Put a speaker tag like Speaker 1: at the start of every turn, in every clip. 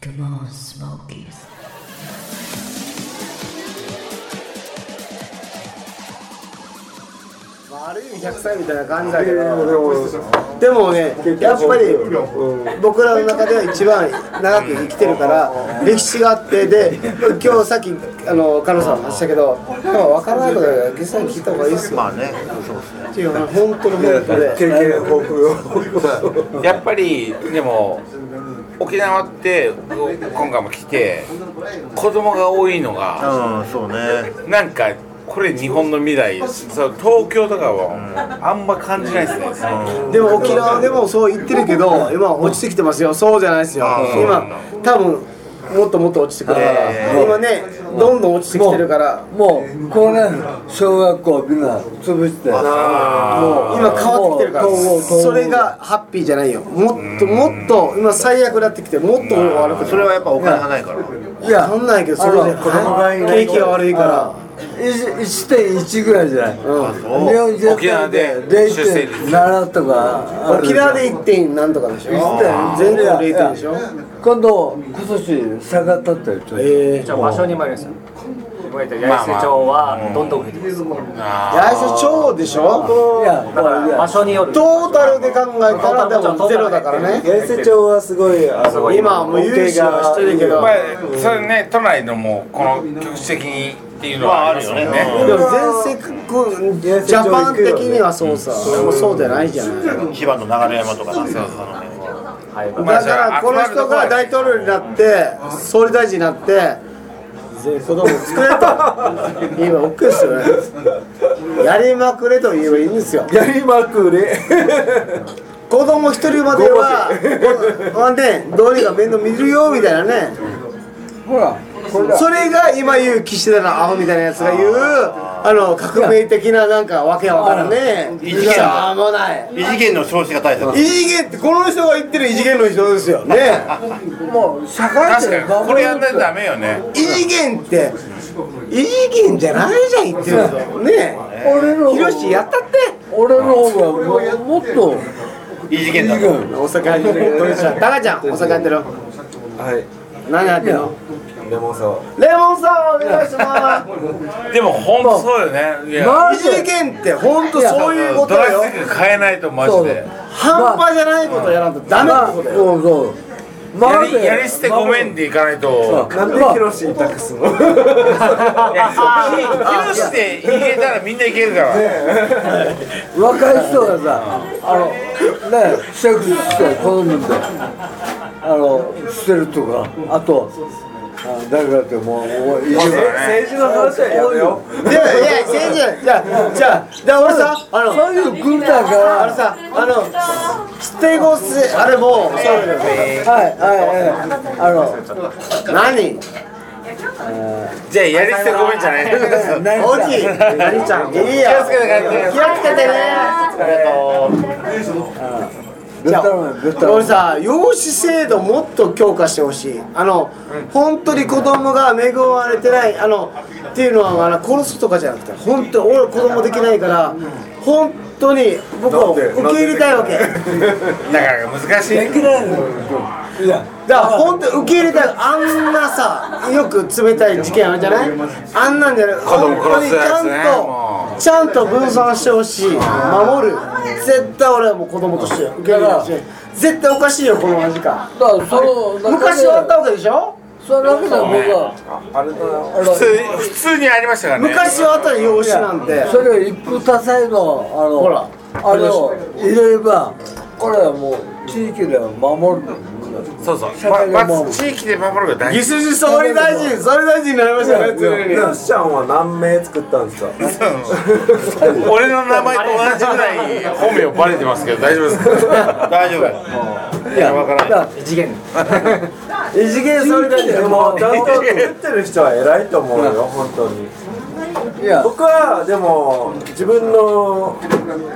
Speaker 1: Come on, Smokies.
Speaker 2: まあ、ある意味100歳みたいな感じだけど、でもね、やっぱり、僕らの中では一番長く生きてるから、歴史があって、で、今日さっき、あの、カノさんも話したけど、でも分からないことは、ゲストに聞いた方がいいっすよ。まあね、そうですね。本当の本当で。
Speaker 3: やっぱりでも沖縄って今回も来て子供が多いのが
Speaker 4: うん、そうね。
Speaker 3: なんかこれ日本の未来そう東京とかはあんま感じないですね、
Speaker 2: でも沖縄でもそう言ってるけど、今落ちてきてますよ。そうじゃないですよ。今、多分、もっともっと落ちてくるから、今ね、どんどん落ちてきてるから、
Speaker 5: もうこのね小学校みんな潰してもう
Speaker 2: 今変わってきてるから
Speaker 5: 統合統合
Speaker 2: それがハッピーじゃないよもっともっと今最悪になってきてもっと悪く
Speaker 4: それはやっぱお金がないから。
Speaker 5: いや
Speaker 2: 分かんないけどそれで
Speaker 5: あの子供がいない
Speaker 2: 景気が悪いから
Speaker 5: 1.1ぐらいじゃない、
Speaker 4: そう
Speaker 5: 日本全
Speaker 3: 沖縄
Speaker 5: 体
Speaker 3: で
Speaker 5: で
Speaker 3: 出生率
Speaker 5: 0.7とかある
Speaker 2: 沖縄で1点なんとかでしょ
Speaker 5: 1.0
Speaker 2: 全国0点でしょ
Speaker 5: 今度今年下がったって言ってる
Speaker 2: ええ
Speaker 6: じゃあ場所に参りました。今言った八重洲町はどんどん増えてます。
Speaker 2: 大社長でしょ
Speaker 5: いや
Speaker 6: だから場所による。
Speaker 2: トータルで考えたらでもゼロだからね
Speaker 7: 八重瀬町はすごいあの
Speaker 2: 今はもう融資はしてるけど
Speaker 3: まあそれね都内のもうこの局地的にっていうのはありますよね,、
Speaker 2: でも全世界ジャパン的にはそうさもうそうじゃないじゃない
Speaker 4: 千葉の流山とかな。
Speaker 6: はい
Speaker 3: まあ
Speaker 2: だからこの人が大統領になって総理大臣になってぜ子供作れと言えば OK ですよねやりまくれと言えばいいんですよ
Speaker 7: やりまくれ
Speaker 2: 子供一人まではほんでどうにか面倒見るよみたいなね
Speaker 5: ほらこれだ
Speaker 2: それが今言う岸田のアホみたいなやつが言うあの革命的ななんかわけわからんね
Speaker 4: いや
Speaker 2: しょうもない
Speaker 4: 異次元の少子化対策。
Speaker 2: 異次元ってこの人が言ってる異次元の人ですよね
Speaker 5: もう社会
Speaker 3: 確
Speaker 5: 人
Speaker 3: かにこれやんないとダメよね
Speaker 2: 異次元って異次元じゃないじゃん言ってるぞねえ
Speaker 5: 俺の
Speaker 2: ひろしやったって
Speaker 5: 俺の方がももっと
Speaker 4: 異次元だ。
Speaker 2: 大阪入ってるこれじゃタカちゃん大阪入ってる
Speaker 7: はい
Speaker 2: 何入ってるの
Speaker 7: レモンサワ
Speaker 2: レモンサワーお願いしま
Speaker 3: でも本当そうよねいや
Speaker 5: マ
Speaker 2: す異次元って本当そういうこ
Speaker 3: ド
Speaker 2: とだよ
Speaker 3: ライス変えないとマジ
Speaker 5: そう
Speaker 3: で
Speaker 2: 半端じゃないことやらんとダメ
Speaker 5: ま
Speaker 2: っ
Speaker 5: あ
Speaker 2: て
Speaker 5: そ
Speaker 2: こ
Speaker 5: う
Speaker 2: とよ
Speaker 5: そう
Speaker 3: やりやり捨てごめんっていかないと
Speaker 7: ーなんでヒロシに託すの
Speaker 3: いやヒロシで入れたらみんないけるから
Speaker 5: 若い人がさあのねセックスして好んであの捨てるとかあとあ誰かってもうもういいよ
Speaker 7: 政治の話はやめよう
Speaker 2: でいや先生じゃあじゃあじゃあ俺さあの
Speaker 5: そういう軍隊から
Speaker 2: あれさあのステゴスあれもうそうだけど
Speaker 5: はいはいはいあの
Speaker 2: 何
Speaker 3: じゃあやり捨てごめんじゃない
Speaker 2: 大きい何ちゃんいいよ
Speaker 3: 気をつけて帰って
Speaker 2: 気をつけてね
Speaker 5: ベタなベタ
Speaker 2: 俺
Speaker 5: な
Speaker 2: さ養子制度もっと強化してほしいあの本当に子供が恵まれてないあのっていうのはあの殺すとかじゃなくて本当に俺子供できないから本当に僕を受け入れたいわけ
Speaker 3: だから難しい
Speaker 5: できないのいや
Speaker 2: だから本当に受け入れたいあんなさよく冷たい事件あるじゃないあんなんじゃない
Speaker 3: 子供殺すやつ
Speaker 2: 本当に
Speaker 3: ね
Speaker 2: ちゃんとちゃんと分散してほしい守る絶対俺はもう子供として受け入れてほしい絶対おかしいよこの味か
Speaker 5: だからその中で
Speaker 2: 昔はあったわけでしょ
Speaker 5: その中で僕はあの
Speaker 3: 普通普通にありましたからね
Speaker 2: 昔はあったら養子なんて
Speaker 5: それを一夫多妻のあの
Speaker 2: ほら
Speaker 5: あれを入れればこれはもう地域では守る
Speaker 3: そうそう
Speaker 5: 社会
Speaker 3: ま
Speaker 5: がも
Speaker 3: ま
Speaker 5: う
Speaker 3: ず地域で守るが大事
Speaker 2: 辻総理大臣総理大臣になりましたねついに
Speaker 7: ヒロシちゃんは何名作ったんですか
Speaker 3: 俺の名前と同じぐらい本名バレてますけど大丈夫ですか
Speaker 4: 大丈夫。
Speaker 5: いや分からない
Speaker 6: 異次元。
Speaker 2: 異次元総理大
Speaker 7: で
Speaker 2: 臣
Speaker 7: もちゃんと作ってる人は偉いと思うよ本当に
Speaker 5: いや
Speaker 7: 僕はでも自分の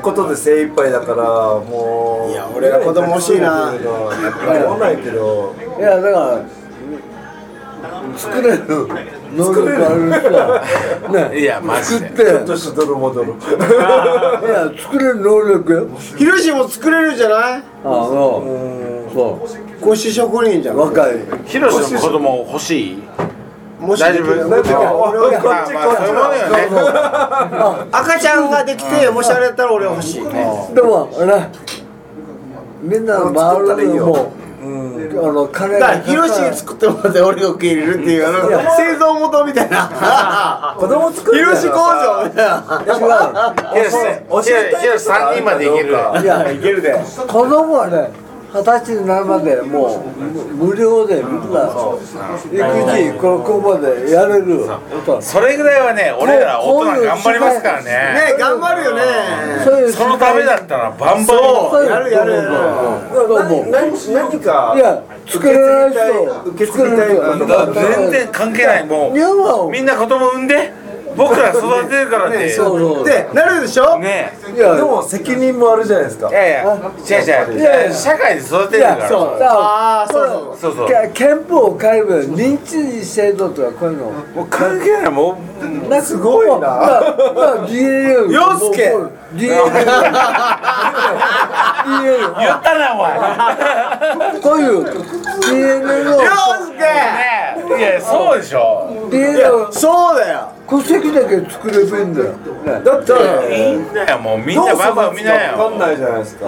Speaker 7: ことで精一杯だからもうい
Speaker 2: や俺が子供欲しいな
Speaker 7: 思わないけど
Speaker 5: いやだから作れる能力ある人はね
Speaker 3: いやマジ
Speaker 5: 作
Speaker 3: で
Speaker 5: っていや
Speaker 7: 年取る戻る
Speaker 5: 作れる能力よ
Speaker 2: 広島も作れるじゃない
Speaker 5: あのそう
Speaker 2: ご試食いいんじゃん
Speaker 5: 若い
Speaker 4: ヒロシの子供欲しい
Speaker 2: もし
Speaker 4: 大丈夫
Speaker 2: できるなら俺は
Speaker 4: まあまあそういうものよね
Speaker 2: 赤ちゃんができてもしあれやったら俺は欲しい
Speaker 5: でもねみんな回るのもあの金
Speaker 2: だから
Speaker 5: が
Speaker 2: ヒロシに作ってもらって俺を受け入れるっていうあの製造元みたいな
Speaker 7: 子供作
Speaker 2: ヒ
Speaker 7: る
Speaker 2: ロシ工場みたいな
Speaker 5: 違う
Speaker 4: ヒロシヒロシヒロシ3人までいける
Speaker 5: いや
Speaker 7: いけるで
Speaker 5: 子供はね二十歳になるまでもう無料でみんな育児ここまでやれる
Speaker 4: それぐらいはね俺ら大人頑張りますからね
Speaker 2: ね頑張るよね
Speaker 5: ういう
Speaker 4: そのためだったらバンバン
Speaker 5: そういう
Speaker 2: やるやるやる
Speaker 5: そうそう
Speaker 7: 何何か
Speaker 5: いや作れない人
Speaker 7: 受け継ぎたいことがある
Speaker 4: 全然関係ないも
Speaker 5: 日本
Speaker 4: う
Speaker 5: は
Speaker 4: みんな子供産んで僕ら育てるからって
Speaker 5: そうそう
Speaker 2: でなるでしょ
Speaker 4: ね
Speaker 5: いや
Speaker 7: でも責任もあるじゃないですか
Speaker 4: いやいや違う違う
Speaker 5: いやいや
Speaker 4: 社会で育て
Speaker 5: い
Speaker 4: るか
Speaker 5: や
Speaker 4: ら
Speaker 5: そうだから
Speaker 2: あーそうそう
Speaker 4: そうそう
Speaker 5: け憲法を変えるべ認知制度とかこういうの
Speaker 4: もう関係ないも
Speaker 5: なんかすごいな。DNA
Speaker 2: 洋介
Speaker 5: DNA
Speaker 4: う言ったなお前
Speaker 5: こういう DNA の
Speaker 2: 洋介
Speaker 4: ねえいやそうでしょ
Speaker 5: DNA の
Speaker 2: そうだよ
Speaker 5: 戸籍だけ作ればいいんだよ。ね
Speaker 7: だったら
Speaker 4: いいんだよもうみん
Speaker 7: どう
Speaker 4: な
Speaker 7: 育
Speaker 4: バンバン
Speaker 7: つ
Speaker 4: 見
Speaker 7: か
Speaker 4: な
Speaker 7: 分かん
Speaker 4: よ
Speaker 7: ないじゃないですか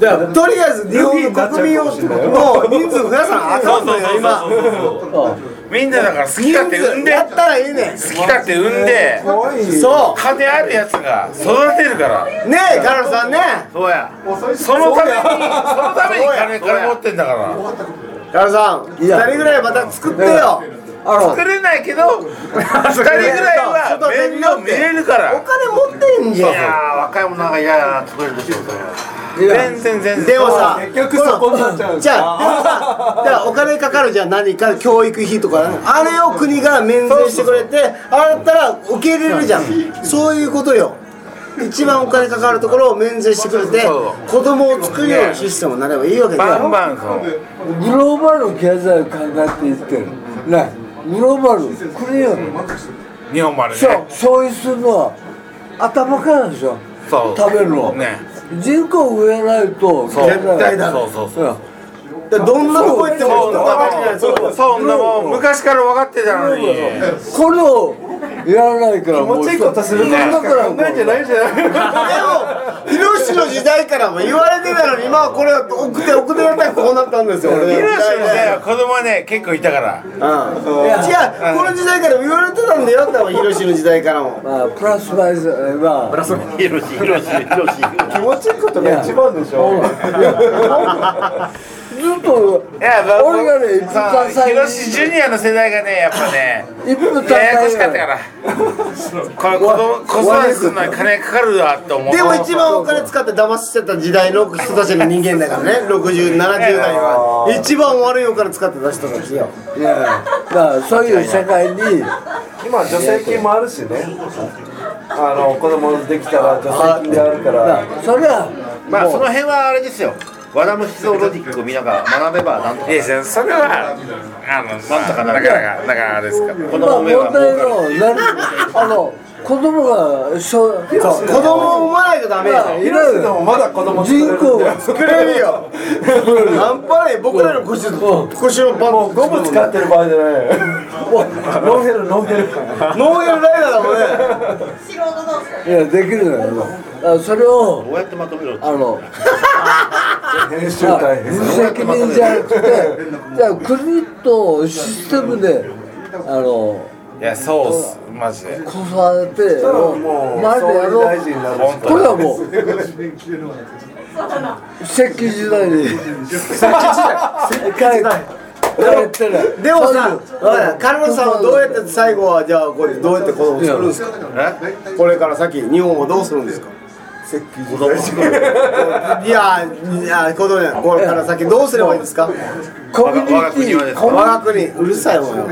Speaker 2: じゃあとりあえず日本の国民をの人数増やさなあ
Speaker 4: そ
Speaker 2: か
Speaker 4: うんそ
Speaker 2: の
Speaker 4: うそ
Speaker 2: よ
Speaker 4: う
Speaker 2: 今
Speaker 4: そうそうみんなだから好き
Speaker 2: 人
Speaker 4: だって産ん
Speaker 2: 数
Speaker 4: で
Speaker 2: やっ
Speaker 4: 好
Speaker 2: たらいいねん
Speaker 4: きだって産んで
Speaker 7: 怖い
Speaker 2: そ
Speaker 4: 金あるやつが育てるから
Speaker 2: うねえガラさんね
Speaker 4: そうやそのためにそのために金金持ってんだから
Speaker 2: ガラさん2人
Speaker 5: いや
Speaker 2: ぐらいまた作ってよ
Speaker 5: あの
Speaker 4: 作れないけど二人ぐらいは面倒見れるから
Speaker 2: お金持ってんじ
Speaker 8: い
Speaker 2: ゃん
Speaker 8: やー若い者なんか嫌やな作れるでしょそれ
Speaker 5: いや
Speaker 4: 全然全
Speaker 2: で
Speaker 4: 然
Speaker 2: もさ
Speaker 7: 結局そこになっちゃうんです
Speaker 2: じゃあ、だからお金かかるじゃん、何か教育費とか、あれを国が免税してくれて、あれだったら受け入れるじゃん、そういうことよ、一番お金かかるところを免税してくれて
Speaker 4: そ、
Speaker 2: 子供を作るようなシステムになればいいわけだ
Speaker 4: バン
Speaker 2: よ、
Speaker 4: バンそう
Speaker 5: グローバル経済を考えていってる。ね、グローバル国よ。
Speaker 4: 日本までね
Speaker 5: そう、そういうするのは頭からでしょ。
Speaker 4: そう
Speaker 5: 食べるの。
Speaker 4: ね
Speaker 5: 人口増えないと経済
Speaker 4: そう絶対だそうそうそう
Speaker 5: うん
Speaker 2: だからどんなとこ行っても
Speaker 4: そん
Speaker 2: 人
Speaker 4: な
Speaker 2: が分かってないそ
Speaker 4: もんそんなもん昔から分かってたのに
Speaker 5: これをやらないからもう
Speaker 7: 持ちいいことする
Speaker 5: だからもう
Speaker 7: じゃないじゃない
Speaker 2: でも、広しの時代からも言われてたのに、今はこれ、奥手、奥手だったらこうなったんですよ、俺
Speaker 4: ヒロ
Speaker 2: の
Speaker 4: シ
Speaker 2: 時代は
Speaker 4: のね子供はね結構いたから
Speaker 2: うん、いや違う、この時代から言われてたんだよ、多分広しの時代からも。
Speaker 5: まあプラスマイズまあプラス
Speaker 8: ヒロシヒロシヒロシ
Speaker 7: 気持ちいいことが一番でしょ
Speaker 5: ずっと
Speaker 4: いやまあ
Speaker 5: 俺がね一
Speaker 4: さあ
Speaker 5: 番
Speaker 4: ヒ
Speaker 5: 最
Speaker 4: ロシジュニアの世代がねやっぱね
Speaker 5: 一分
Speaker 4: ややこしかったからこれ子供子育てするのに金かかるわって思う
Speaker 2: でも一番お金使って騙してた時代の人たちの人間だからね6070代は一番悪いお金使ってた人たちよ
Speaker 5: いやだからそういう世界に
Speaker 7: 今助成金もあるしねあの子供できたら助成金である
Speaker 5: だ
Speaker 7: から
Speaker 5: からそれは
Speaker 8: まあそ
Speaker 5: も
Speaker 8: の辺はあれですよ和田の思想ロジックを見ながら学べばなんとか
Speaker 4: いやいやそれはあのまあなかなかなかなかですから
Speaker 8: 子
Speaker 5: うまあ
Speaker 8: 供目は儲か
Speaker 5: 問題
Speaker 8: る
Speaker 5: のなあの子供が小
Speaker 2: 子供を産まないとダメ
Speaker 5: まあ
Speaker 2: よ
Speaker 5: い
Speaker 7: ヒロシ
Speaker 5: る
Speaker 7: でもまだ子供作
Speaker 5: 人
Speaker 7: れるん
Speaker 5: 口
Speaker 7: で
Speaker 5: が
Speaker 2: 作れるよ半端ない僕らの腰腰のパン
Speaker 7: もうゴム使ってる場合じゃないノーヘルノーヘル
Speaker 2: ノーエルライダーだもんね
Speaker 5: いやできるのよだからそれを
Speaker 8: どうやってまとめろって
Speaker 5: あの
Speaker 7: 編集
Speaker 5: まあ
Speaker 7: 大変
Speaker 5: 無責任じゃなくてじゃあ国とシステムであの
Speaker 4: いやそうっすマジで
Speaker 5: 子育てを
Speaker 7: もう
Speaker 5: 前でやろ
Speaker 7: 大
Speaker 5: う
Speaker 7: 臣になる
Speaker 4: 本当
Speaker 5: これはもう石器時代に石器時代やってる
Speaker 2: でもさ
Speaker 5: そういう
Speaker 2: ほらカルロスさんはどうやって最後はじゃあこれどうやって子供を作るんですかこれから先日本はどうするんですかいやいや子供じゃないこれから先どうすればいいですか
Speaker 5: コミュニ
Speaker 8: 我が国
Speaker 5: テ
Speaker 8: はで
Speaker 5: ィ
Speaker 8: す
Speaker 5: コミ
Speaker 2: 我が国うるさいもんよ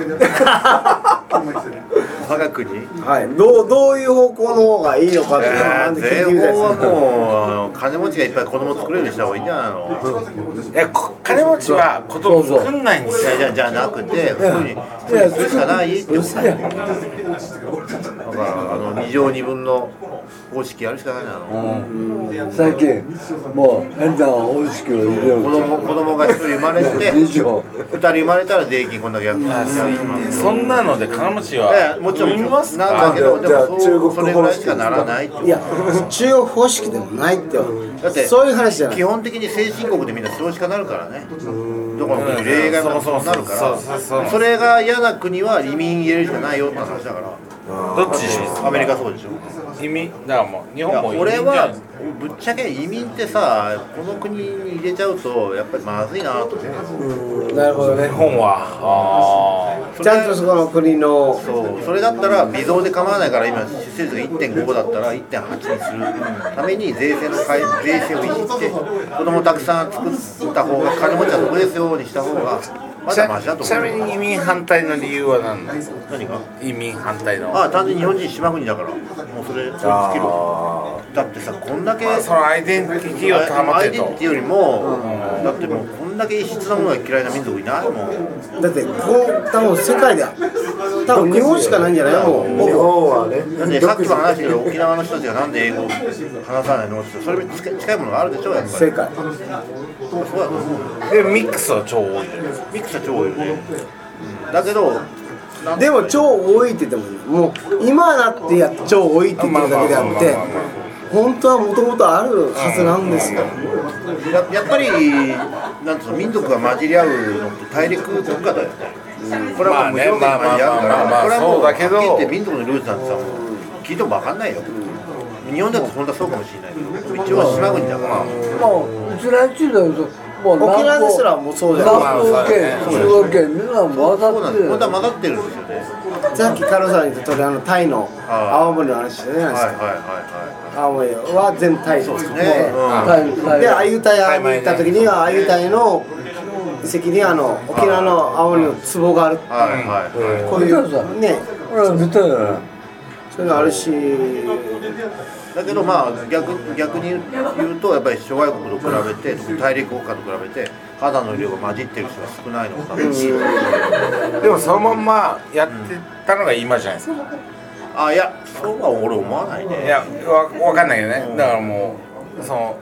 Speaker 4: 科学に
Speaker 2: はい、どうどういう方向の方がいいのかっていうのはなんで聞い
Speaker 4: 全
Speaker 2: てみたい
Speaker 4: 方は
Speaker 2: ですね
Speaker 4: もう金持ちがいっぱい子供作れるようにした方がいいんじゃないの
Speaker 3: えこ金持ちは子供作んないんです
Speaker 4: い
Speaker 3: よ
Speaker 4: やじゃじゃなくて普通に
Speaker 5: いや
Speaker 4: それしかないってことだよだからあの2乗2分の方式やるしかないなの
Speaker 5: 最近もう変な方式を入れる
Speaker 4: 子供子供が1人生まれて
Speaker 5: 以
Speaker 4: 2
Speaker 5: 上
Speaker 4: 人生まれたら税金こんだけやる
Speaker 3: そんなので金持ち
Speaker 4: え
Speaker 3: は
Speaker 4: えもちろん
Speaker 3: ますか
Speaker 4: なんだけどで
Speaker 7: じゃ
Speaker 4: も
Speaker 7: あ
Speaker 4: そう
Speaker 7: 中国
Speaker 4: それぐらいしかならないってこと
Speaker 2: いや中国方式でもないって
Speaker 4: だって
Speaker 2: そういう話じゃない
Speaker 4: 基本的に先進国でみんな少子化になるからねどこの国例外もそうなるか
Speaker 3: そうそうそう
Speaker 4: らそれが嫌な国は移民入れるしかないよって話だから
Speaker 3: どっちにします
Speaker 4: アメリカそうでしょ
Speaker 3: 移民だからもう日
Speaker 4: いや
Speaker 3: 本も移民じ
Speaker 4: 俺
Speaker 3: ゃない
Speaker 4: は
Speaker 3: ですか
Speaker 4: ぶっちゃけ移民ってさこの国に入れちゃうとやっぱりまずいなと思う
Speaker 2: なるほどね
Speaker 3: 日本はあ
Speaker 2: ちゃんとそこの国の
Speaker 4: そうそれだったら微増で構わないから今出生率が1.5だったら1.8にするために税制の改税制をいじって子供たくさん作った方が金持ちは得ですようにした方が
Speaker 3: あ
Speaker 4: ま
Speaker 3: ち
Speaker 4: だマシだ
Speaker 3: な
Speaker 4: と
Speaker 3: ちなみ
Speaker 4: 思う
Speaker 3: に移民反対の理由は何なの
Speaker 4: 何が
Speaker 3: 移民反対の
Speaker 4: ああ単純に日本人島国だからもうそれそれ尽きるわだってさこんだけ
Speaker 3: そのアイデンティティを保
Speaker 4: ア
Speaker 3: て
Speaker 4: イデンティ
Speaker 3: と
Speaker 4: ティよりも、だってもうこんだけ異質なものが嫌いな民族いないもん
Speaker 2: だってこう多分世界で多分日本しかないんじゃないもう
Speaker 7: 日本はね
Speaker 4: だってさっきも話してる沖縄の人たちがなんで英語を話さないのってそれに近い近いものがあるでしょやっぱ
Speaker 2: 世
Speaker 4: り
Speaker 2: 界
Speaker 4: そうだと思うよ
Speaker 3: でミックスは超多いじゃないですか
Speaker 4: ミックスは超多いよね、だけどなん
Speaker 2: でも超多いって言ってももう今だってや超多いって言ってるだけであって本当はもともとあるはずなんですよ
Speaker 4: ややっぱりなんつうの民族が混じり合うのって大陸国家だよね、これはもう無条件に混じり合うか
Speaker 3: まあねまあまあまあまあ
Speaker 4: らこれはもう
Speaker 3: そうだけど
Speaker 4: はっきり言って民族のルーツなんてさもう聞いても分かんないよ日本だと本当はそうかもしれないけど一応は島国だから
Speaker 5: もううちらんちゅうだともう南
Speaker 2: 沖縄
Speaker 5: 方
Speaker 2: ですらもうそうじゃない
Speaker 5: 南方県中国県みんな混ざ
Speaker 4: そうな
Speaker 5: っ
Speaker 4: ん
Speaker 5: て
Speaker 4: です
Speaker 5: る
Speaker 4: 本当は混ざってるんですよね
Speaker 2: さっきカロさんに言ったとあのタイの青森の話じゃないで
Speaker 4: はいはい
Speaker 2: す
Speaker 4: はい
Speaker 2: か
Speaker 4: は
Speaker 2: 青森は全部タイです
Speaker 4: いはいね、
Speaker 2: もう
Speaker 4: うん
Speaker 5: 大陸大
Speaker 2: で
Speaker 5: 陸
Speaker 2: アユタヤに行った時にはアユタヤの遺跡にあの沖縄の青森の壺がある
Speaker 4: はいはいはい
Speaker 2: こういうね
Speaker 5: ほら見たよね
Speaker 2: そういうのあるし
Speaker 4: だけどまあ逆逆に言うとやっぱり諸外国と比べて特に大陸国家と比べて肌の量が混じってる人が少ないのかな
Speaker 3: でもそのまんまやってたのが今じゃないですか
Speaker 4: あいやそうは俺思わない
Speaker 3: い
Speaker 4: ね
Speaker 3: やわわかんないけどねだからもうその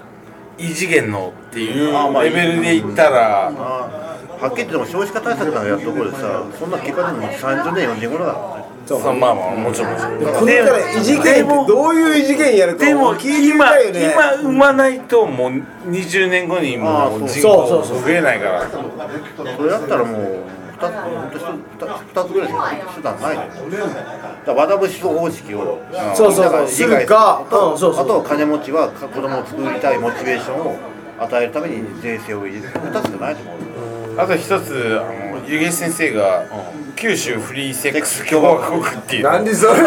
Speaker 3: 異次元のっていう
Speaker 4: あまあ
Speaker 3: レベルでいったら
Speaker 4: あはっきり言っても少子化対策なんかやったところでさそんな結果でも30年40年頃だからね
Speaker 3: そのまあまあもちろんもちろん
Speaker 2: これから異次元ってどういう異次元やるか
Speaker 3: でも
Speaker 2: 聞いてみたいよね
Speaker 3: 今産まないともう20年後にもう人口増えないから
Speaker 4: それだったらもう2つ本当二つぐらいしか手段ないのよだから和田節方式を
Speaker 2: そうそうそ
Speaker 4: みんな
Speaker 2: う
Speaker 4: が理解
Speaker 2: するかうんそう
Speaker 4: あ
Speaker 2: そう
Speaker 4: と金持ちは子供を作りたいモチベーションを与えるために税制を入れる2つしかないと思う
Speaker 3: あと一つ、あの、ゆげ先生が、九州フリーセックス共和国っていう。
Speaker 7: 何それ
Speaker 2: あれ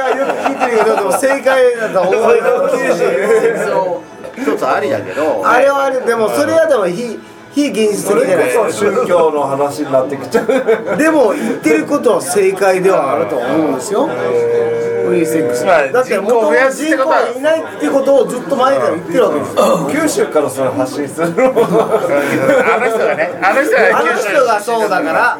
Speaker 2: はよく聞いてるけどでも正解だと思うよ
Speaker 4: 一つありだけど
Speaker 2: あれはあれでもそれはでも非非現実
Speaker 7: そ
Speaker 2: 的じゃな
Speaker 7: れこ
Speaker 2: い
Speaker 7: そ宗教の話になってきちゃう
Speaker 2: でも言ってることは正解ではあると思うんですよフリーセックス
Speaker 3: まあ
Speaker 2: だって
Speaker 3: 人
Speaker 2: 元
Speaker 3: 口を
Speaker 2: 々
Speaker 3: 増やすっ
Speaker 2: 人
Speaker 3: て
Speaker 2: 口
Speaker 3: ことは
Speaker 2: がいないってことをずっと前から言ってるわけですよ
Speaker 7: 九州からそれ発信するの
Speaker 3: あの人がね、あの人
Speaker 2: あ
Speaker 3: が
Speaker 2: の
Speaker 3: 九州
Speaker 2: 人がそうだから。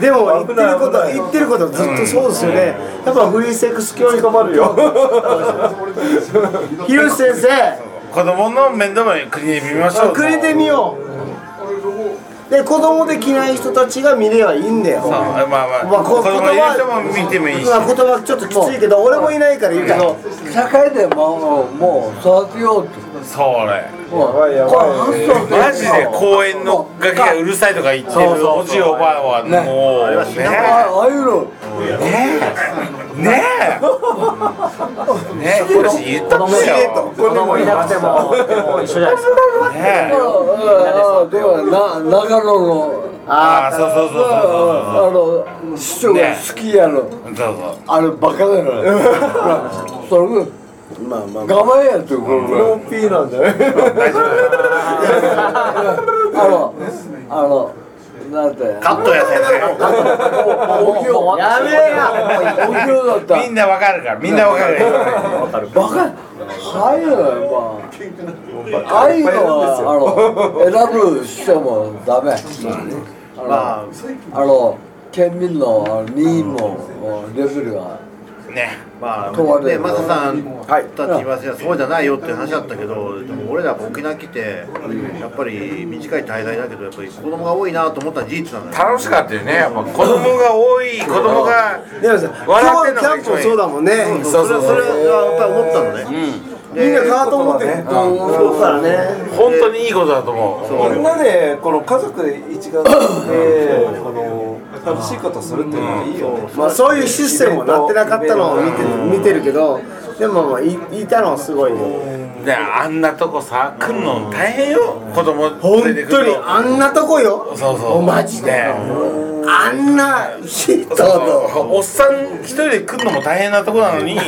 Speaker 2: でも言ってること言ってることずっとそうですよね。やっぱフリーセックス教育
Speaker 7: 困 るよ
Speaker 2: ひろし先生、
Speaker 3: 子供の面倒も国で見ましょう。
Speaker 2: くれてみよう。で子供できない人たちが見ればいいんだよ。
Speaker 3: そうまあまあ、
Speaker 2: まあこ
Speaker 3: 子供いる人も見てもいいし。
Speaker 2: まあ言葉ちょっときついけど、俺もいないから言うけど。
Speaker 5: 社会でもうもう育てようって
Speaker 3: それ。
Speaker 5: もうこ
Speaker 7: いやばい
Speaker 5: れ発想というか
Speaker 3: マジで公園の崖がうるさいとか言って
Speaker 5: そうそう
Speaker 3: る
Speaker 5: そう
Speaker 3: おじいおばあはもうね
Speaker 5: あああいうの
Speaker 3: ねえねえこれ言ったんだよ
Speaker 6: 子供いなくて もでも一緒じゃ ないですか
Speaker 3: ねえ
Speaker 5: ああどうやな長野の
Speaker 3: ああそうそうそう
Speaker 5: あの市長が好きやの、
Speaker 3: そうそうそう
Speaker 5: あれバカだよねほらそれ
Speaker 2: まあまあ。
Speaker 5: 我慢やってこれぐらい
Speaker 7: ノーピーなんじゃない
Speaker 3: そう大丈夫だよ
Speaker 5: あのあのなんて
Speaker 4: カットや先生
Speaker 5: お経お経
Speaker 2: やめや
Speaker 5: だった
Speaker 3: みんなわかるからみんなわかるから
Speaker 5: バカはいよまあああいうのはあの選ぶ人もダメあの,、
Speaker 4: まあ
Speaker 5: あ、の県民のあの任意のレベルが
Speaker 3: ね
Speaker 4: まあ
Speaker 5: 問われ
Speaker 4: ね
Speaker 5: る
Speaker 4: マサさんたちはそうじゃないよっていう話だったけどでも俺らやっぱ沖縄来てやっぱり短い滞在だけどやっぱり子供が多いなと思ったのは事実なのよ
Speaker 3: 楽しかったよねやっぱ子供が多い子供が
Speaker 2: でもさ今日キャンプもそうだもんね
Speaker 3: そうそう
Speaker 4: それはやっぱり思ったのね
Speaker 2: みんなカート持ってるそうからね
Speaker 3: 本当にいいことだと思う
Speaker 7: みんなでこの家族で一丸であの楽しいことするっていうのがいいよね。
Speaker 2: まあそういうシステムもなってなかったのを見て見てるけどでもまあいいたのはすごいね
Speaker 3: であんなとこさ来るの大変よ子供
Speaker 2: 本
Speaker 3: 連れてく
Speaker 2: 当に
Speaker 3: る
Speaker 2: あんなとこよ
Speaker 3: そうそう
Speaker 2: おマジであんな人の
Speaker 3: そうおっさん一人で来るのも大変なとこなのに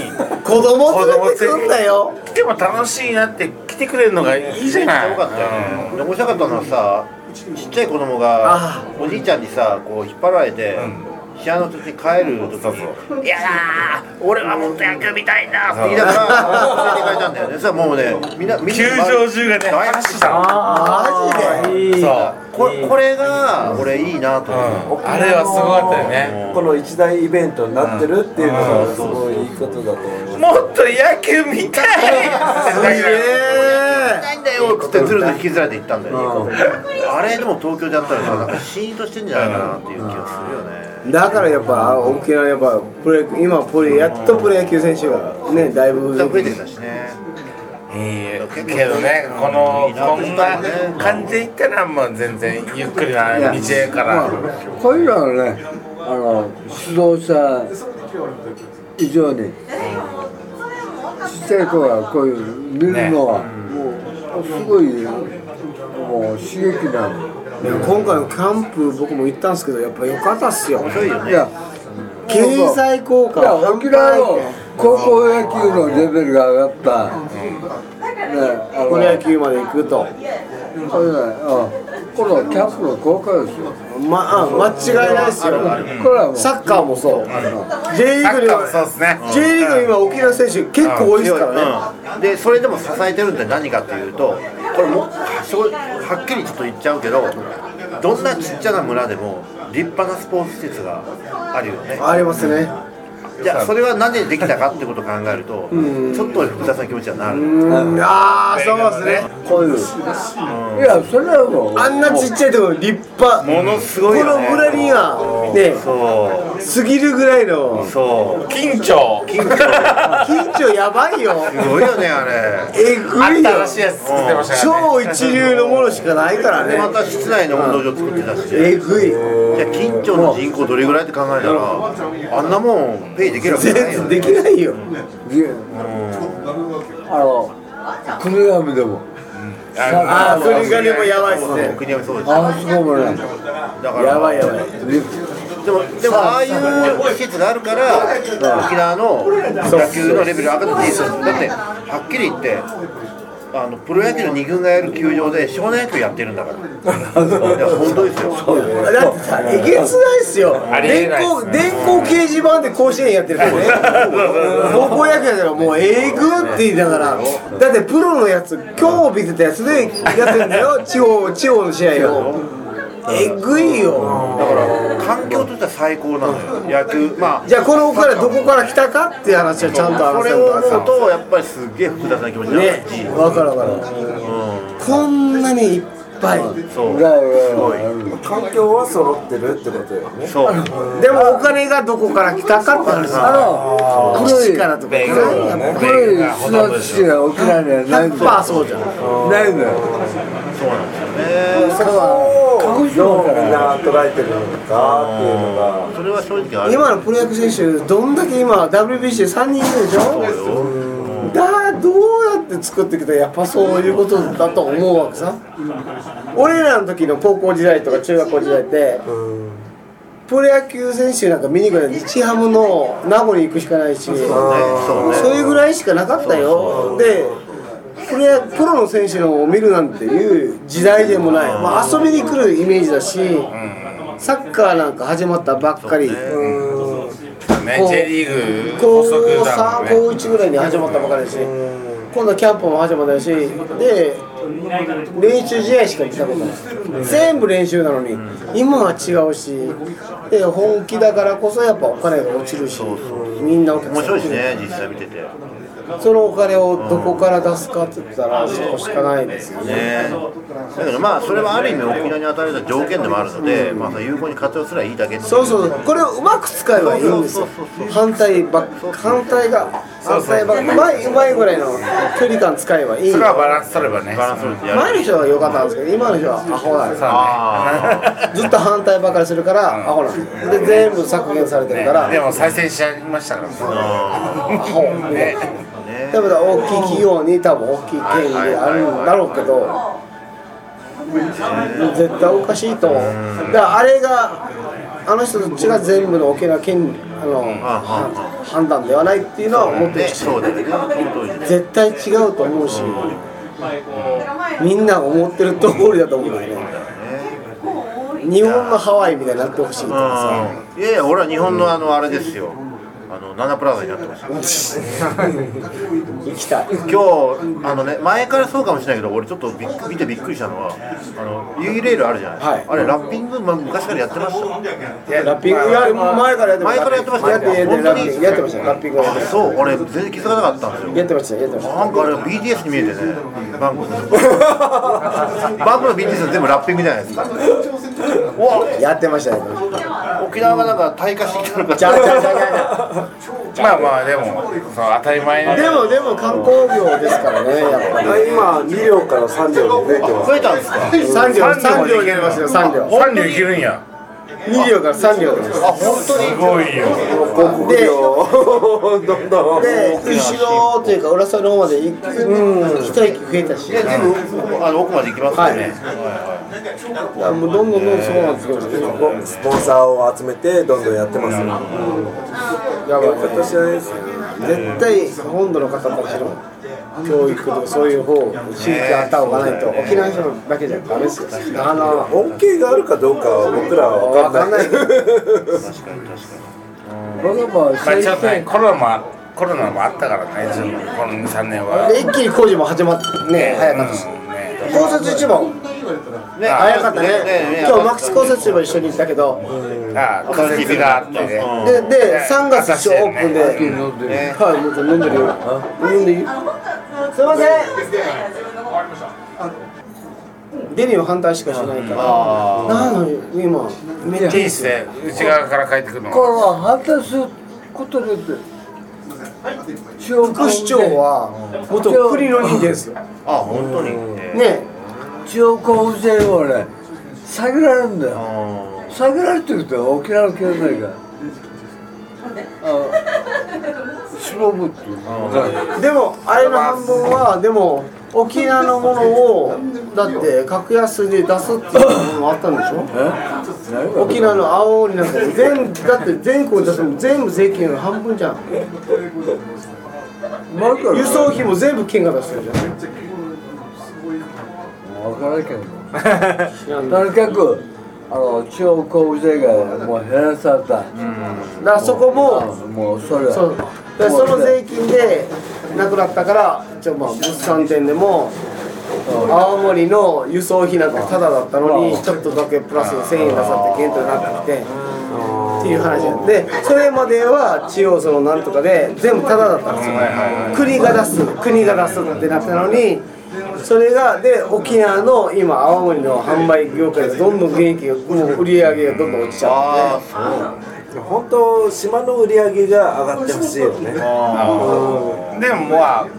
Speaker 2: 子供連れてくんだよ
Speaker 3: 来ても楽しいなって来てくれるのがいいじゃない
Speaker 4: よかったよね、で面白かったのはさちっちゃい子供がおじいちゃんにさこう引っ張られて、試合の途中に帰る時に「いやー俺はもっと野球見たいんだ」って言いながら連れて帰ったんだよねそしたらもうねみんなみんな
Speaker 3: 球場中がね
Speaker 4: 大走
Speaker 3: 走
Speaker 4: り
Speaker 3: っ
Speaker 4: した
Speaker 3: たの
Speaker 2: マジで
Speaker 3: そう
Speaker 4: これこれが俺いいなと思う、
Speaker 3: あれはすごかったよね
Speaker 7: この一大イベントになってるっていうのがすごいいいことだと思います。
Speaker 3: もっと野球見たい
Speaker 2: すげえ
Speaker 4: なんだよっつってずるずる引きずられて行ったんだよね、あれでも東京でやったらさなんかシーンとしてんじゃないかなっていう気がするよね、
Speaker 2: だからやっぱ沖縄やっぱプロ野球今プロやっとプロ野球選手がねだいぶ
Speaker 4: だんだん増えてきたしね
Speaker 3: いいけどねこのこんな感じで行ったらもう全然ゆっくりな道へから
Speaker 5: こういうのはねあの指導者以上にちっちゃい子がこういう見るのは、もうすごいもう刺激なの。
Speaker 2: でも今回のキャンプ僕も行ったんですけどやっぱ良かったっすよ
Speaker 4: 面白いよ
Speaker 5: い
Speaker 4: ね
Speaker 5: や
Speaker 2: 経済効果
Speaker 5: いや沖縄の高校野球のレベルが上がった、ねあの
Speaker 2: プロ野球まで行くと
Speaker 5: これねうんこのキャンプの効果ですよ
Speaker 2: まあ間違いないっすよ
Speaker 5: これはもう
Speaker 2: サッカーもそう J リ
Speaker 3: サ
Speaker 2: ーグ
Speaker 3: ッ
Speaker 2: に
Speaker 3: カーもそうで
Speaker 2: は
Speaker 3: すね
Speaker 2: J リーグに今沖縄選手結構多いですからね
Speaker 4: うんでそれでも支えてるって何かっていうとこれもすごいはっきりちょっと言っちゃうけどどんなちっちゃな村でも立派なスポーツ施設があるよね
Speaker 2: ありますね
Speaker 4: じゃあそれはなぜできたかってことを考えるとちょっと複雑な気持ちにはなる
Speaker 2: うんああそうですね
Speaker 5: こういう、いやそれはもう
Speaker 2: あんなちっちゃいところ立派
Speaker 4: ものすごい
Speaker 2: こ
Speaker 4: よ
Speaker 2: の
Speaker 4: ね
Speaker 2: 村にはね
Speaker 4: そ
Speaker 2: 過ぎるぐらいの
Speaker 4: うそう
Speaker 3: 近所
Speaker 4: 緊張
Speaker 2: 緊張やばいよ
Speaker 4: すごいよねあれ
Speaker 2: えぐいよ
Speaker 3: 新しいやつ作ってましたからね
Speaker 2: 超一流のものしかないから
Speaker 4: でま
Speaker 2: ね
Speaker 4: た室内の運動場作ってたしじ
Speaker 2: えぐい
Speaker 4: ゃあ近所の人口どれぐらいって考えたらあんなもんペイできるわけ
Speaker 2: 全
Speaker 4: ないよ
Speaker 2: 然
Speaker 4: ね
Speaker 2: できないよ
Speaker 5: いやあの国神でも
Speaker 2: あそれがでもやばいっすね
Speaker 4: 国はそうです
Speaker 5: あそこもね
Speaker 4: だから
Speaker 2: やばいやばい
Speaker 5: 立
Speaker 4: でも、でもああいう施設があるから、沖縄の野球のレベル上がったっていいですよ。だって、はっきり言って、あのプロ野球の2軍がやる球場で少年野球やってるんだ から。いや、本当ですよ。
Speaker 2: だってさえげつないっすよ
Speaker 3: ありえ
Speaker 2: 電
Speaker 3: ないっす
Speaker 2: 光電光掲示板で甲子園やってるからね 高校野球やったらもうえぐって言いながらだってプロのやつ今日見てたやつでやってんだ よ地方地方の試合をえぐいよ
Speaker 4: だから、環境としては最高なのよ。野球、まあ。
Speaker 2: じゃあこのからどこから来たかっていう話はちゃんと
Speaker 4: こ
Speaker 2: 話せ
Speaker 4: れ
Speaker 2: る
Speaker 4: を
Speaker 2: から
Speaker 4: 思
Speaker 2: さ
Speaker 4: うと、やっぱりすっげえ複雑な気持ちになる
Speaker 2: ね
Speaker 4: し。
Speaker 2: わかるわかるこんなにいっぱい
Speaker 4: そう。
Speaker 5: が
Speaker 4: すごい。
Speaker 7: 環境は揃ってるってことよね。
Speaker 4: そう。
Speaker 2: でもお金がどこから来たかって話
Speaker 5: あの黒
Speaker 2: 基
Speaker 5: い
Speaker 2: 地からとか
Speaker 3: 米軍
Speaker 5: 黒い砂土地が沖縄にはないんだよ
Speaker 2: 100%そうじゃん
Speaker 5: ないんだよ
Speaker 4: そうなんですよね。
Speaker 7: そこ
Speaker 5: 鹿
Speaker 7: を
Speaker 5: 児島
Speaker 7: どう
Speaker 5: から
Speaker 7: みんな捉えてるのかっていうのが。
Speaker 4: それは正直ある。
Speaker 2: 今のプロ野球選手どんだけ今 WBC3 人いるでしょだどうやって作ってきたらやっぱそういうことだと思うわけさ俺らの時の高校時代とか中学校時代ってプロ野球選手なんか見に行くのに日ハムの名護に行くしかないし
Speaker 4: ねそうね。
Speaker 2: それぐらいしかなかったよでプロやプロの選手のを見るなんていう時代でもない、まあ、遊びに来るイメージだし、サッカーなんか始まったばっかり、うん
Speaker 3: ね J リーグ
Speaker 2: 高
Speaker 3: 補足だ
Speaker 2: 3
Speaker 3: もん
Speaker 2: 高
Speaker 3: ね
Speaker 2: 1ぐらいに始まったばかりだし今度キャンプも始まったしで練習試合しか見たことない全部練習なのに今は違うしで本気だからこそやっぱお金が落ちるしみんなお客さん
Speaker 4: 面白いしね実際見ててね
Speaker 2: そのお金をどこから出すかって言ったらそこしかないですよね
Speaker 4: だけどまあそれはある意味沖縄に与えた条件でもあるので、まあ、それ有効に活用すらいいだけってい
Speaker 2: そうそうこれをうまく使えばいいんですよ反対ばっ反対が反対ばっうまいうまいぐらいの距離感使えばいい
Speaker 3: それはバランス取ればね
Speaker 4: バランス取れてやる
Speaker 2: 前の人は良かったんですけど今の人はアホなんです
Speaker 4: ああ
Speaker 2: ずっと反対ばっかりするからアホなんですで全部削減されてるから
Speaker 3: でも再生しちゃいましたから
Speaker 2: アホ
Speaker 3: ね
Speaker 2: だから大きい企業に多分大きい権利があるんだろうけど絶対おかしいと思うだからあれがあの人たちが全部の大きな権利あのは判断ではないっていうのは思って
Speaker 4: ね
Speaker 2: るし
Speaker 4: そうだよねその通りです
Speaker 2: 絶対違うと思うしみんなが思ってる通りだと思うんだよね日本のハワイみたいになってほしいとかさ
Speaker 4: うんいやいや、俺は日本のあの、あれですよ。あの、ナナプラザになってました。
Speaker 2: 行きたい
Speaker 4: 今日、あのね、前からそうかもしれないけど、俺ちょっとびっく見てびっくりしたのは。あの、ユイレールあるじゃないですか。
Speaker 2: はい
Speaker 4: あれ、ラッピング、まあ、昔からやってました。
Speaker 2: ラッピングいやもう前からやってま
Speaker 4: 前
Speaker 2: した
Speaker 4: からやってました
Speaker 2: やってやって
Speaker 4: 本当に
Speaker 2: やってましたラッピングはやってまし
Speaker 4: あ
Speaker 2: た
Speaker 4: そう、俺、全然気づかなかったんですよ。
Speaker 2: やってましたやってました
Speaker 4: なんかあれ BTS に見えてね、バンコクの。バンコクの BTS は全部ラッピングじゃないですか。うわ
Speaker 2: やってましたやってました
Speaker 4: 沖縄がなんか退化してきたのか
Speaker 2: じゃあじゃあじゃあじゃあ
Speaker 3: まあまあでもその当たり前の
Speaker 2: でもでも観光業ですからねやっぱり
Speaker 7: 今2両から3両に増えてます
Speaker 4: 増えたんですか
Speaker 2: 3両3両いけますよ3両
Speaker 3: 三流いけるんや
Speaker 2: 2両から3両です
Speaker 3: すごいよ
Speaker 7: 広告料どんどん
Speaker 2: で後ろというか浦添の方まで行く一駅増えたし
Speaker 4: いや、全部あの奥まで行きますよね。
Speaker 2: もうどんどんどんどんそうなんですけど
Speaker 7: スポンサーを集めてどんどんやってますよ
Speaker 2: やばい
Speaker 7: 今年はですね
Speaker 2: 絶対本土の方たちの教育とかそういう方地域あった方がないと沖縄の人だけじゃダメですよあの
Speaker 7: 恩恵があるかどうかは僕らは分
Speaker 2: 分
Speaker 7: か
Speaker 2: か
Speaker 7: ん
Speaker 2: ん
Speaker 7: ない
Speaker 2: ないけど
Speaker 5: 僕はまあ
Speaker 3: まあ
Speaker 5: 最
Speaker 3: ちょっとね
Speaker 5: 近
Speaker 3: コロナもあコロナもあったからねちょっとこの2、3年 は
Speaker 2: で一気に工事も始まってね早かったし
Speaker 3: うんね
Speaker 2: 高卒一番
Speaker 4: ね
Speaker 2: 早かったね今日マックス高卒一番一緒に行ったけど
Speaker 3: ああ風邪があってね
Speaker 2: でで3月一応オープンではいもうちょっと飲んでるよ飲んでいいすいませんデビューを反対しかしないからなのに今めっちゃいい
Speaker 3: いいっすね内側から帰ってくるの
Speaker 5: これは果たすことで
Speaker 2: 副市長は元国の人間ですよ。
Speaker 4: あ、本当に。ね
Speaker 2: ね
Speaker 5: 中高税をね下げられるんだよ
Speaker 4: あ
Speaker 5: 下げられてるって沖縄の経済が。しぼむっていうの
Speaker 2: えでもあれの半分はでも沖縄のものをだって格安で出すっていうのもあったんでしょ
Speaker 5: え
Speaker 2: 沖縄の青になんか全だって全国に出すのも全部税金の半分じゃん
Speaker 5: 何が
Speaker 2: 輸送費も全部県が出してるじゃん
Speaker 5: 分からんけどとにかくあの地方交付税がもう減らされた、
Speaker 2: だからそこも
Speaker 5: もうそれは
Speaker 2: そうだからその税金でなくなったからじゃあまあ物産展でも青森の輸送費なんかタダだったのにちょっとだけプラス1000円出さって減とになってきてっていう話なんでそれまでは地方そのなんとかで全部タダだったんですよ国が出す国が出すってなったのにそれがで沖縄の今青森の販売業界でどんどん現役がもう売り上げがどんどん落ちちゃう
Speaker 4: あ
Speaker 7: 本当島の売り上げが上がってほしいよね
Speaker 3: でもまあ今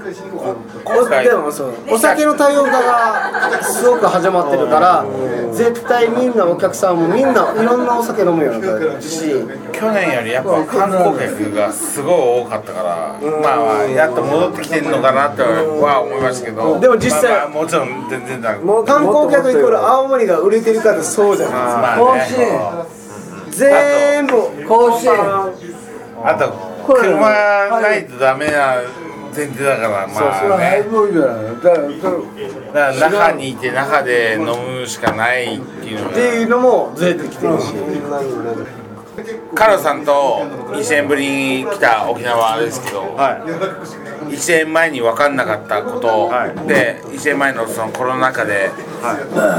Speaker 3: 回
Speaker 2: でもそうお酒の多様化がすごく始まってるから絶対みんなお客さんもみんないろんなお酒飲むようになるし
Speaker 3: 去年よりやっぱ観光客がすごい多かったからまあまあやっと戻ってきてるのかなとは思いましたけど
Speaker 2: でも実際
Speaker 3: まあまあもちろん全然だま
Speaker 2: 観光客イコール青森が売れてるからそうじゃない
Speaker 3: あ
Speaker 5: 甲
Speaker 3: ね
Speaker 5: 子園
Speaker 2: ですか全部
Speaker 5: 甲子園
Speaker 3: あと車ないとダメな前提だからま
Speaker 5: それ
Speaker 3: あ
Speaker 5: はハイ
Speaker 3: ね
Speaker 5: ボールじゃないのだからそれ
Speaker 3: だから那覇にいて那覇で飲むしかないっていうの
Speaker 2: っていう
Speaker 3: が
Speaker 2: のもずれてきてるし、
Speaker 3: カロさんと1年ぶりに来た沖縄ですけど、1年前に分かんなかったこと、で1年前のそのコロナ禍で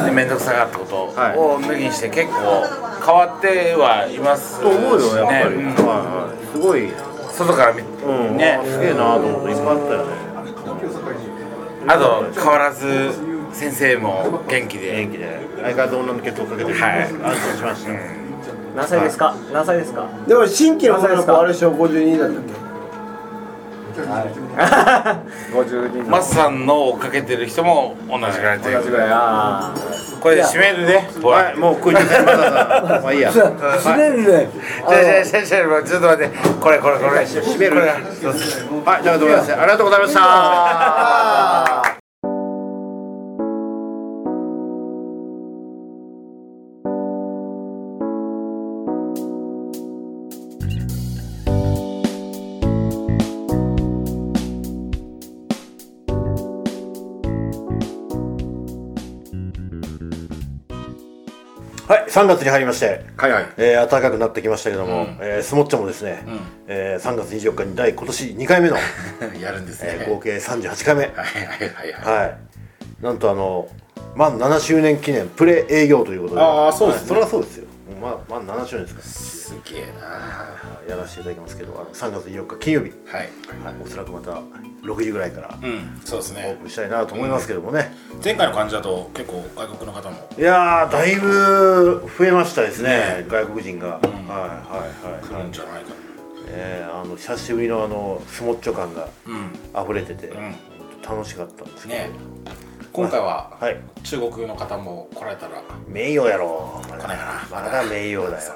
Speaker 3: で面倒、くさかったことを抜きにして結構変わってはいます
Speaker 4: と思うよやっぱり、
Speaker 3: ねうん
Speaker 4: はいはいすごい、
Speaker 3: 外から見て、
Speaker 4: うん、
Speaker 3: ね
Speaker 4: ねすげえなと思っていっぱいあったよね
Speaker 3: あと変わらず先生も元気で
Speaker 4: 元気で相変わらず女の血をかけてる
Speaker 3: はい
Speaker 4: 安心しました、
Speaker 6: 何歳ですか何歳ですか
Speaker 2: でも新規の女の子あれでしょ52なんだっけ
Speaker 7: 50人
Speaker 3: マスさんの追っかけてる人も同じぐらいとい
Speaker 7: 同じぐ
Speaker 3: う
Speaker 7: らい
Speaker 6: あ
Speaker 3: これで締めるねは
Speaker 4: はいもう食いに行くまだまあいいや
Speaker 5: さ常にね
Speaker 3: じゃあじゃあじゃあじゃあちょっと待ってこれこれこれ締める
Speaker 4: はいじゃあどうもですありがとうございましたはい、3月に入りまして、
Speaker 3: はいはい
Speaker 4: えー暖かくなってきましたけども、えースモッチャもですね、えー3月24日に第今年2回目の、
Speaker 3: やるんです
Speaker 4: え
Speaker 3: ね
Speaker 4: ー合計38回目、
Speaker 3: はいはいはいはい
Speaker 4: はい、なんとあの満7周年記念プレ営業ということで
Speaker 3: あーそうですね
Speaker 4: はいそれはそうですよもうま満7周年です
Speaker 3: すげえな
Speaker 4: から、やらせていただきますけどあの3月4日金曜日、
Speaker 3: はい
Speaker 4: はい、おそらくまた6時ぐらいから
Speaker 9: うん、そうです
Speaker 4: オー
Speaker 9: ね
Speaker 4: プンしたいなと思いますけどもね、
Speaker 9: 前回の感じだと結構外国の方も
Speaker 4: いやーだいぶ増えましたですね外国人が、はいはい
Speaker 9: 来
Speaker 4: はい、は
Speaker 9: る
Speaker 4: い
Speaker 9: んじゃないかな、
Speaker 4: えーあの久しぶりのあのスモッチョ感が溢れてて、
Speaker 9: ん
Speaker 4: 楽しかったんですけど、
Speaker 9: ね今回は
Speaker 4: はい
Speaker 9: 中国の方も来られたら
Speaker 4: 名誉やろ
Speaker 9: 来
Speaker 4: ま
Speaker 9: ないかな
Speaker 4: まだ名誉だよ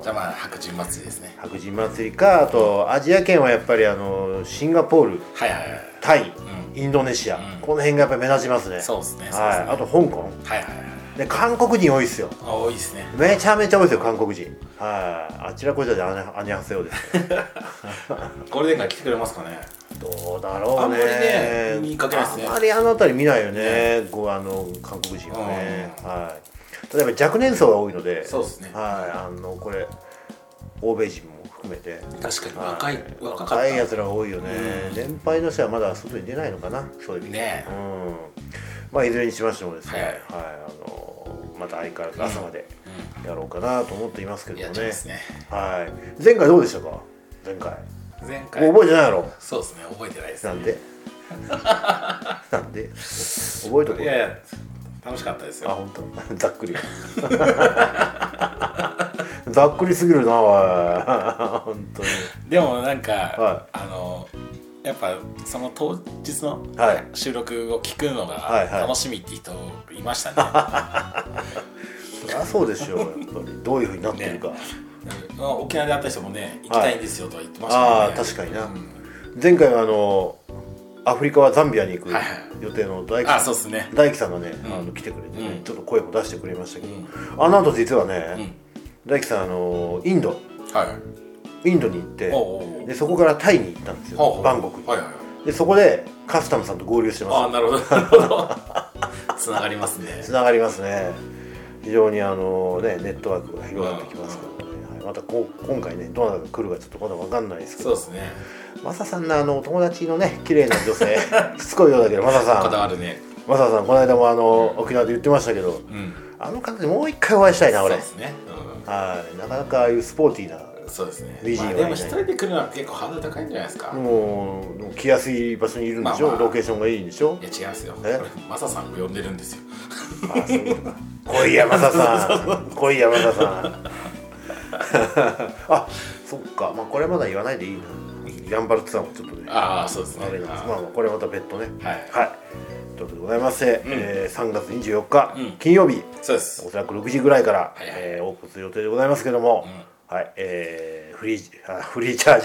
Speaker 9: じゃあまあ白人祭りですね
Speaker 4: 白人祭りかあとアジア圏はやっぱりあのシンガポール
Speaker 9: はいはいはい
Speaker 4: タイ、インドネシア、この辺がやっぱり目立ちますね
Speaker 9: そうですねそう
Speaker 4: は
Speaker 9: です
Speaker 4: い
Speaker 9: ね
Speaker 4: あと香港
Speaker 9: はいはいはい
Speaker 4: で韓国人多いっすよ
Speaker 9: あ多いですね
Speaker 4: めちゃめちゃ多いですよ韓国人はいあちらこちらでアニアニハセヨで すよ
Speaker 9: ゴールデン街来てくれますかね
Speaker 4: どうだろうね
Speaker 9: あんまりね見かけないっすね
Speaker 4: あんまりあの辺り見ないよねごあの韓国人はね、はい例えば若年層が多いので
Speaker 9: そうっすね
Speaker 4: はいあのこれ欧米人も含めて
Speaker 9: 確かに
Speaker 4: はい
Speaker 9: 若い若かった
Speaker 4: 若いやつらが多いよね、年配の人はまだ外に出ないのかなそういう意味で
Speaker 9: ね
Speaker 4: う
Speaker 9: え
Speaker 4: んまあいずれにしましてもですね、は
Speaker 9: はいい
Speaker 4: あのまた相変わらず朝までやろうかなと思っていますけど
Speaker 9: や
Speaker 4: も
Speaker 9: っ
Speaker 4: ね,、
Speaker 9: ちゃいますね
Speaker 4: はい前回どうでしたか前回、
Speaker 9: 前
Speaker 4: も
Speaker 9: 回
Speaker 4: う覚えてないやろ
Speaker 9: そうですね覚えてないです
Speaker 4: なん でなんで覚えとこ
Speaker 9: いうやいや楽しかったです
Speaker 4: あ
Speaker 9: よ
Speaker 4: 本 当ざっくり ざっくりすぎるなおい 本当に
Speaker 9: でもなん
Speaker 4: は
Speaker 9: かあのやっぱその当日の
Speaker 4: はい
Speaker 9: 収録を聞くの
Speaker 4: はい
Speaker 9: が
Speaker 4: はい
Speaker 9: 楽しみって人いましたね。
Speaker 4: そりゃそうでしょうやっぱりどういうふうになってるか、
Speaker 9: うん沖縄で会った人もね行きたいんですよとは言ってましたね。
Speaker 4: ああ確かにな、前回はあのアフリカはザンビアに行く
Speaker 9: はいは
Speaker 4: 予定の大
Speaker 9: あ
Speaker 4: 輝
Speaker 9: そ
Speaker 4: さ
Speaker 9: うんですね。
Speaker 4: 大輝さんがね、あの来てくれて、ねちょっと声も出してくれましたけど、あの後実はね、大輝さんあのインド
Speaker 9: はい。
Speaker 4: インドに行っ
Speaker 9: お
Speaker 4: て
Speaker 9: うおう
Speaker 4: でそこからタイに行ったんです
Speaker 9: ほうほ
Speaker 4: よ
Speaker 9: う
Speaker 4: バンコクに、
Speaker 9: はいはいはい。
Speaker 4: でそこでカスタムさんと合流してま
Speaker 9: ああ
Speaker 4: す
Speaker 9: なるほどなるほど。 つながりますね。
Speaker 4: つながりますね非常にあのねネットワークが広がってきますからね、はいまたこう今回ねどなたが来るかちょっとまだわかんないですけ
Speaker 9: そう
Speaker 4: ど
Speaker 9: ですね。
Speaker 4: マサさんのあのお友達のね綺麗な 女性しつこいようだけどマサさ
Speaker 9: こだ
Speaker 4: ん
Speaker 9: わるね。
Speaker 4: マサさんこの間もあの沖縄で言ってましたけど
Speaker 9: うん。
Speaker 4: あの方にもう一回お会いしたいな
Speaker 9: そう
Speaker 4: 俺
Speaker 9: ですね。
Speaker 4: はいなかなかああいうスポーティーな
Speaker 9: うん。そうですね。
Speaker 4: 美人
Speaker 9: まあ
Speaker 4: はいない
Speaker 9: でも一人で来るのは結構ハードル高いんじゃないですか。
Speaker 4: もうでも来やすい場所にいるんでしょ、
Speaker 9: まあまあ
Speaker 4: ロケーションがいいんでしょ
Speaker 9: いや違いますよ。こ
Speaker 4: え
Speaker 9: れマサさんを呼んでるんです よ。
Speaker 4: あそういうことか来いやマサさん来いやマサさん あそっかまあこれまだ言わないでいいなヤンバルツアーもちょっとね
Speaker 9: ああそうですね。
Speaker 4: あれなんですま
Speaker 9: あ
Speaker 4: あまあこれまた別途ね
Speaker 9: はい
Speaker 4: ということでございまして、えー3月24日、金曜日
Speaker 9: そうです
Speaker 4: お。そらく6時ぐらいから、
Speaker 9: はいはい
Speaker 4: えーオープンする予定でございますけども、はい、えー、フリー、あ、フリーチャー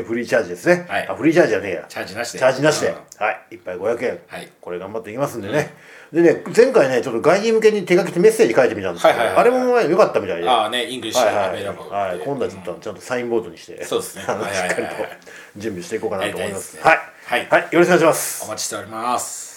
Speaker 4: ジ、フリーチャージですね。
Speaker 3: はい
Speaker 4: あ、フリーチャージじゃねえや。
Speaker 3: チャージなしで
Speaker 4: チャージなしで。
Speaker 3: うん
Speaker 4: はい、一杯500円。
Speaker 3: はい
Speaker 4: これ頑張っていきますんでね。でね、前回ね、ちょっと外人向けに手書きでメッセージ書いてみたんですけど、
Speaker 3: はいはいは
Speaker 4: あ
Speaker 3: い
Speaker 4: れもね良かったみたいで。
Speaker 3: ああねイングリッシュ
Speaker 4: はい
Speaker 3: ア
Speaker 4: は
Speaker 3: ベ
Speaker 4: い
Speaker 3: ラボル
Speaker 4: はい、今度はちょっとちゃんとサインボードにして、
Speaker 3: そうですね
Speaker 4: あの
Speaker 3: はい
Speaker 4: し
Speaker 3: はい
Speaker 4: っ
Speaker 3: は
Speaker 4: か
Speaker 3: いはい
Speaker 4: りと準備していこうかなと思います。
Speaker 3: や
Speaker 4: は
Speaker 3: りたい
Speaker 4: いはい、
Speaker 3: です、ねは
Speaker 4: はいい、よろしくお願いします
Speaker 3: お。待ちしております